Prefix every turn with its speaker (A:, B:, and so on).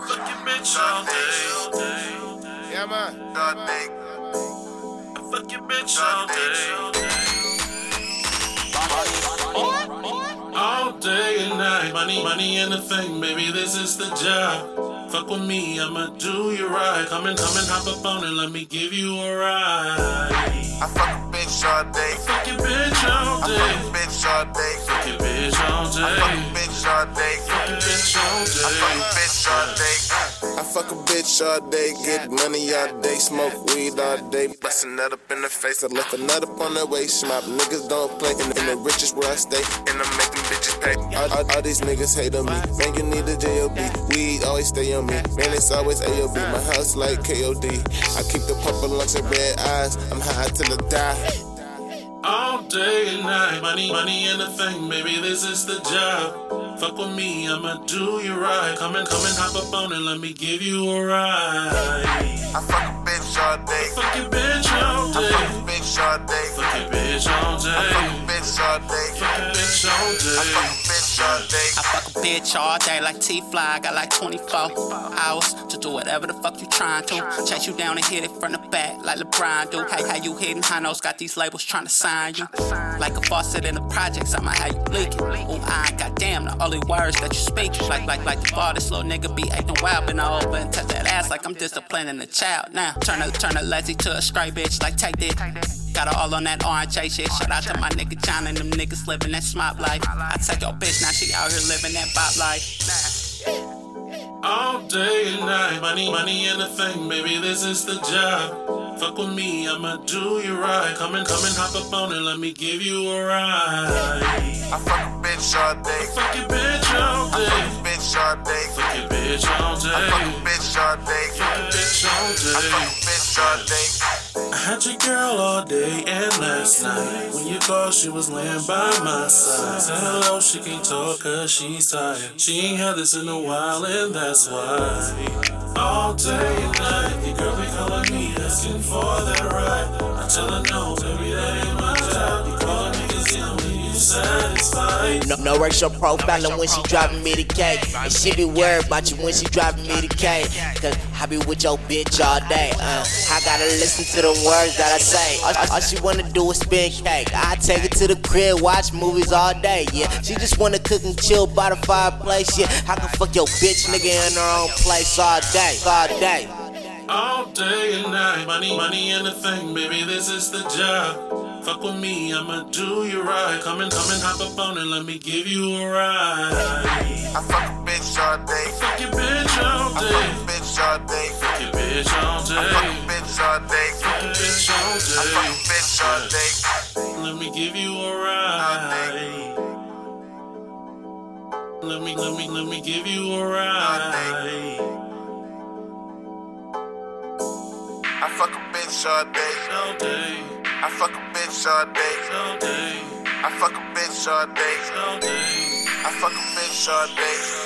A: bitch all day.
B: Yeah, man.
A: I fuck your bitch all day. All day and night. Money, money, and a thing, baby. This is the job. Fuck with me, I'ma do you right. Come and come and hop up on and let me give you a ride.
C: I fuck a bitch all day.
A: Fuck your bitch all
C: I fuck a
A: day.
C: bitch all day.
A: Fuck your bitch all
C: I fuck a
A: day.
C: bitch all day.
A: Fuck your bitch all
C: I fuck
A: day.
C: a bitch all day.
B: I fuck a bitch all day, get money all day, smoke weed all day, bust a nut up in the face. I left a nut up on the waist. My niggas don't play, and in the richest where I stay.
C: And I'm making bitches pay.
B: All, all, all these niggas hate on me. Man, you need a job. Weed always stay on me. Man, it's always AOB. My house like KOD. I keep the purple lungs and red eyes. I'm high till I die.
A: All day and night, money, money and a thing, baby, this is the job. Fuck with me, I'ma do you right. Come and come and hop up on and let me give you a ride.
C: I fuck a bitch all day.
A: Fuck your bitch all
C: I fuck
A: day.
C: a bitch all day.
A: Fuck your bitch all
C: I fuck a
A: day.
C: bitch all day.
A: Fuck your bitch all
C: I fuck
A: day.
C: a bitch all day.
D: I fuck a bitch all day like T-Fly. I got like 24 hours to do whatever the fuck you trying to. Chase you down and hit it from the back like LeBron do. Hey, how you hitting high notes? Got these labels trying to sign you. Like a faucet in the projects, I'ma have you leaking. Ooh, I ain't goddamn the only words that you speak. Like, like, like the ball, this little nigga be acting wild. Been all over and touch that ass like I'm disciplining a child. Now, turn a, turn a lazy to a straight bitch like take this. Got her all on that orange J shit. Shout out to my nigga John and them niggas living that smop life. I take your bitch, now she out here living that bop life.
A: All day and night, money, money and a thing, baby, this is the job. Fuck with me, I'ma do you right. Come and come and hop up on and let me give you a ride.
C: I fuck a bitch all day.
A: Fuck your bitch all
C: I
A: day.
C: fuck a bitch all day.
A: Fuck your bitch all day.
C: I fuck a bitch all day.
A: Fuck your bitch
C: I
A: all
C: fuck
A: day.
C: a bitch all day.
A: I had your girl all day and last night. When you called, she was laying by my side. Said hello, she can't talk cause she's tired. She ain't had this in a while and that's why. All day and night, your girl be calling me asking for that ride. I tell her no, baby, that ain't my job. You calling niggas in when you satisfied.
E: No, no racial profiling when she driving me the cake. And she be worried about you when she driving me the cake. Cause I be with your bitch all day. Uh, I gotta listen to the words that I say. All, all- all she wanna do is spin cake. I take her to the crib, watch movies all day. Yeah, she just wanna cook and chill by the fireplace. Yeah, I can fuck your bitch nigga in her own place all day. All day.
A: All day and night, money, money and a thing, baby, this is the job. Fuck with me, I'ma do you right. Come and come and hop up on and let me give you a ride.
C: I fuck a bitch all day.
A: Fuck your bitch all
C: I fuck
A: day.
C: a bitch all day.
A: Fuck your bitch all
C: I fuck a
A: day.
C: bitch all day.
A: Fuck your bitch
C: I fuck a
A: all
C: bitch all day.
A: day. Let me give you a ride. Let me, let me, let me give you a ride.
C: I fuck a bitch all day.
A: All day,
C: I fuck a bitch all day.
A: all day,
C: I fuck a bitch all day.
A: all day.
C: I fuck a bitch all day.